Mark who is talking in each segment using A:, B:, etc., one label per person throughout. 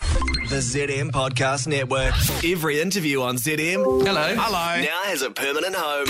A: The ZM Podcast Network. Every interview on ZM
B: Hello. Hello.
A: now has a permanent home.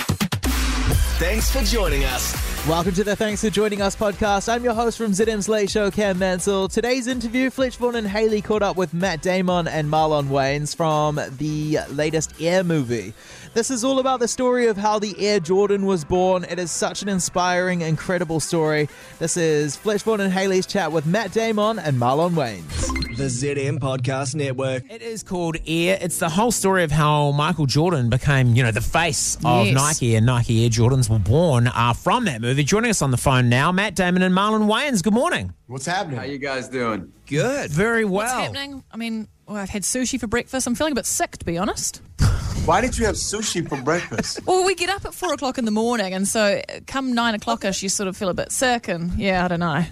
A: Thanks for joining us.
C: Welcome to the Thanks for Joining Us podcast. I'm your host from ZM's Late Show, Cam Mansell. Today's interview, Fletch Vaughan and Haley caught up with Matt Damon and Marlon Wayans from the latest Air movie. This is all about the story of how the Air Jordan was born. It is such an inspiring, incredible story. This is Fletch Vaughan and Haley's chat with Matt Damon and Marlon Wayans.
A: The ZM Podcast Network.
D: It is called Air. It's the whole story of how Michael Jordan became, you know, the face of
E: Yes.
D: Nike and Nike Air Jordans were born uh, from that movie. Joining us on the phone now, Matt Damon and Marlon Wayans. Good morning.
F: What's happening?
G: How you guys doing?
D: Good. Very well.
E: What's happening? I mean, well, I've had sushi for breakfast. I'm feeling a bit sick, to be honest.
F: Why did you have sushi for breakfast?
E: Well, we get up at four o'clock in the morning, and so uh, come nine o'clockish, you sort of feel a bit sick, and yeah, I don't know.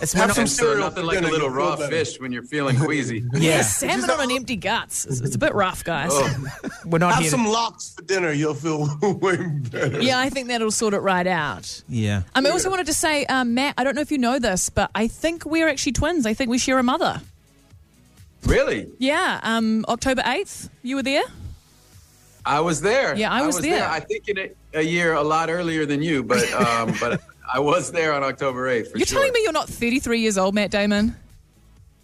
D: It's
F: Have
D: been-
F: some
G: So
F: cereal.
G: nothing
F: for
G: like a
F: dinner,
G: little
F: you'll feel
G: raw
F: better.
G: fish when you're feeling queasy.
D: yeah.
E: Salmon on an empty guts. It's, it's a bit rough, guys.
D: We're not
F: Have
D: here. to-
F: some lox for dinner. You'll feel way better.
E: Yeah, I think that'll sort it right out.
D: yeah.
E: Um, I also wanted to say, uh, Matt, I don't know if you know this, but I think we're actually twins. I think we share a mother.
G: Really?
E: Yeah, um, October 8th, you were there?
G: I was there.
E: Yeah, I was there.
G: I think in a, a year, a lot earlier than you, but um, but I was there on October 8th. For
E: You're
G: sure.
E: telling me you're not 33 years old, Matt Damon?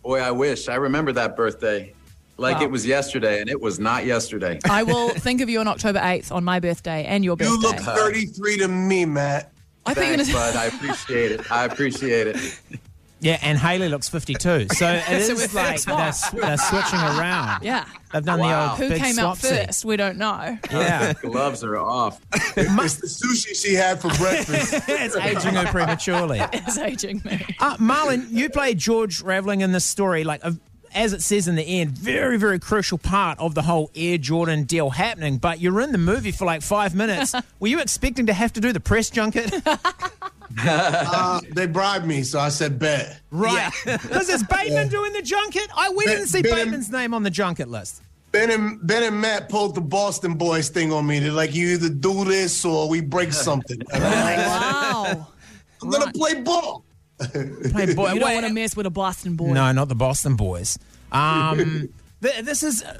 G: Boy, I wish. I remember that birthday like
E: Wow.
G: it was yesterday, and it was not yesterday.
E: I will think of you on October 8th on my birthday and your birthday.
F: You look 33 to me, Matt.
E: I thought you were
G: Thanks,
E: gonna-
G: bud. I appreciate it. I appreciate it.
D: Yeah, and Haley looks 52. So it
E: So
D: is
E: we're fixed
D: like they're,
E: one.
D: s- they're switching around.
E: Yeah.
D: They've done the
G: Wow.
E: Who
D: old Oh, big
E: came out
D: swapsie.
E: first? We don't know.
D: Yeah.
G: Gloves are off.
F: It's the sushi she had for breakfast.
D: it's aging her prematurely.
E: It's aging me.
D: Uh, Marlon, you played George Raveling in this story, like a, as it says in the end, very, very crucial part of the whole Air Jordan deal happening. But you're in the movie for like five minutes. Were you expecting to have to do the press junket?
F: Uh, they bribed me, so I said bet.
D: right. Because is Bateman doing the junket? I we
F: Ben-
D: didn't see
F: Ben and-
D: Bateman's name on the junket list.
F: Ben and Ben and Matt pulled the Boston boys thing on me. They're like, you either do this or we break something. And I'm like,
E: Wow.
F: I'm gonna play ball.
D: Hey, boy,
E: You
D: wait-
E: don't want to mess with a Boston boy.
D: No, not the Boston boys. Um, th- this is. uh,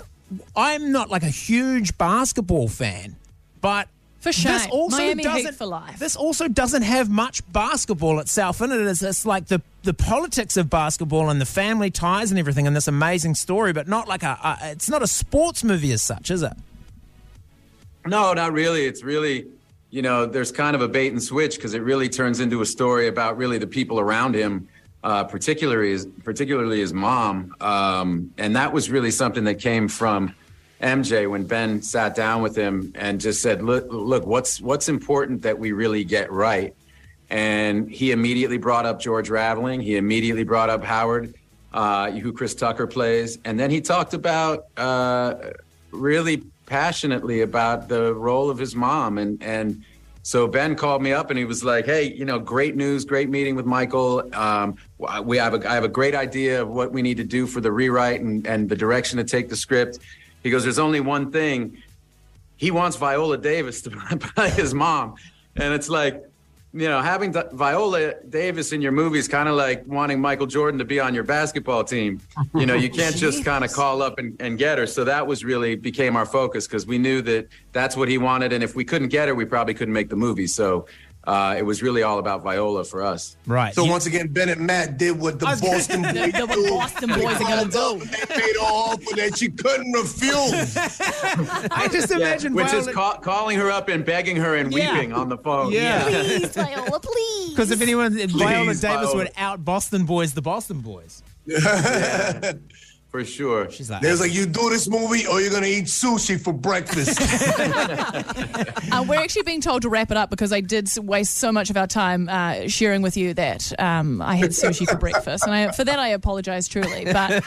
D: I'm not like a huge basketball fan, but
E: For
D: This
E: shame.
D: also
E: Miami Heat
D: doesn't
E: for life.
D: This also doesn't have much basketball itself in it. It's, it's like the the politics of basketball and the family ties and everything in this amazing story, but not like a. a it's not a sports movie as such, is it?
G: No, not really. It's really, you know, there's kind of a bait and switch because it really turns into a story about really the people around him, uh, particularly his, particularly his mom. Um, and that was really something that came from MJ when Ben sat down with him and just said, "Look, look, what's what's important that we really get right." And he immediately brought up George Raveling. He immediately brought up Howard, uh, who Chris Tucker plays, and then he talked about. Uh, really passionately about the role of his mom and and so Ben called me up and he was like, "Hey, you know, great news, great meeting with Michael. Um, we have a, I have a great idea of what we need to do for the rewrite and and the direction to take the script." He goes, "There's only one thing. He wants Viola Davis to play his mom," and it's like. You know, having Vi- Viola Davis in your movie is kind of like wanting Michael Jordan to be on your basketball team. You know, you can't just kind of call up and, and get her. So that was really became our focus because we knew that that's what he wanted. And if we couldn't get her, we probably couldn't make the movie. So uh, it was really all about Viola for us.
D: Right.
F: So
D: You-
F: once again, Ben and Matt did what the
D: I was gonna-
F: Boston boys
E: The- the
F: do.
E: Boston boys are gonna do.
F: called up and They made an offer that she couldn't refuse.
D: I just imagine
G: Which is
D: Violet-
G: ca- calling her up and begging her and
D: Yeah.
G: weeping on the phone.
D: yeah,
H: Please, Viola, please.
D: because if anyone, Viola Davis
G: Viola.
D: would out Boston boys, the Boston boys.
G: for sure.
D: She's like,
F: They was like, you do this movie or you're gonna eat sushi for breakfast.
E: Uh, we're actually being told to wrap it up because I did s- waste so much of our time uh, sharing with you that um, I had sushi for breakfast. And I, for that, I apologize truly. But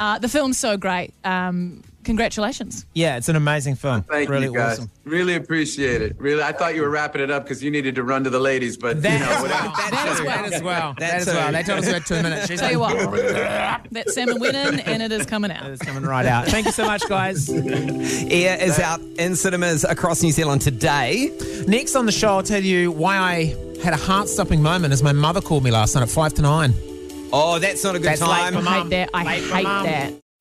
E: uh, the film's so great. Um, congratulations.
D: yeah, it's an amazing film.
G: Thank
D: really
G: you guys.
D: awesome.
G: Really appreciate it. Really, I thought you were wrapping it up because you needed to run to the ladies, but you know, whatever.
D: That
E: as well.
D: as well. That as well. They told us we had two minutes. She's
E: Tell
D: like,
E: you what, that salmon went in and it is coming out.
D: it's coming right out. Thank you so much, guys.
I: Air is out in cinemas across New Zealand today.
D: Next on the show, I'll tell you why I had a heart-stopping moment as my mother called me last night at five to nine.
I: Oh, that's not a good
D: That's late
I: time.
D: for
E: I
D: Mum.
E: hate that. I
D: Late for
E: hate
D: mum.
E: that.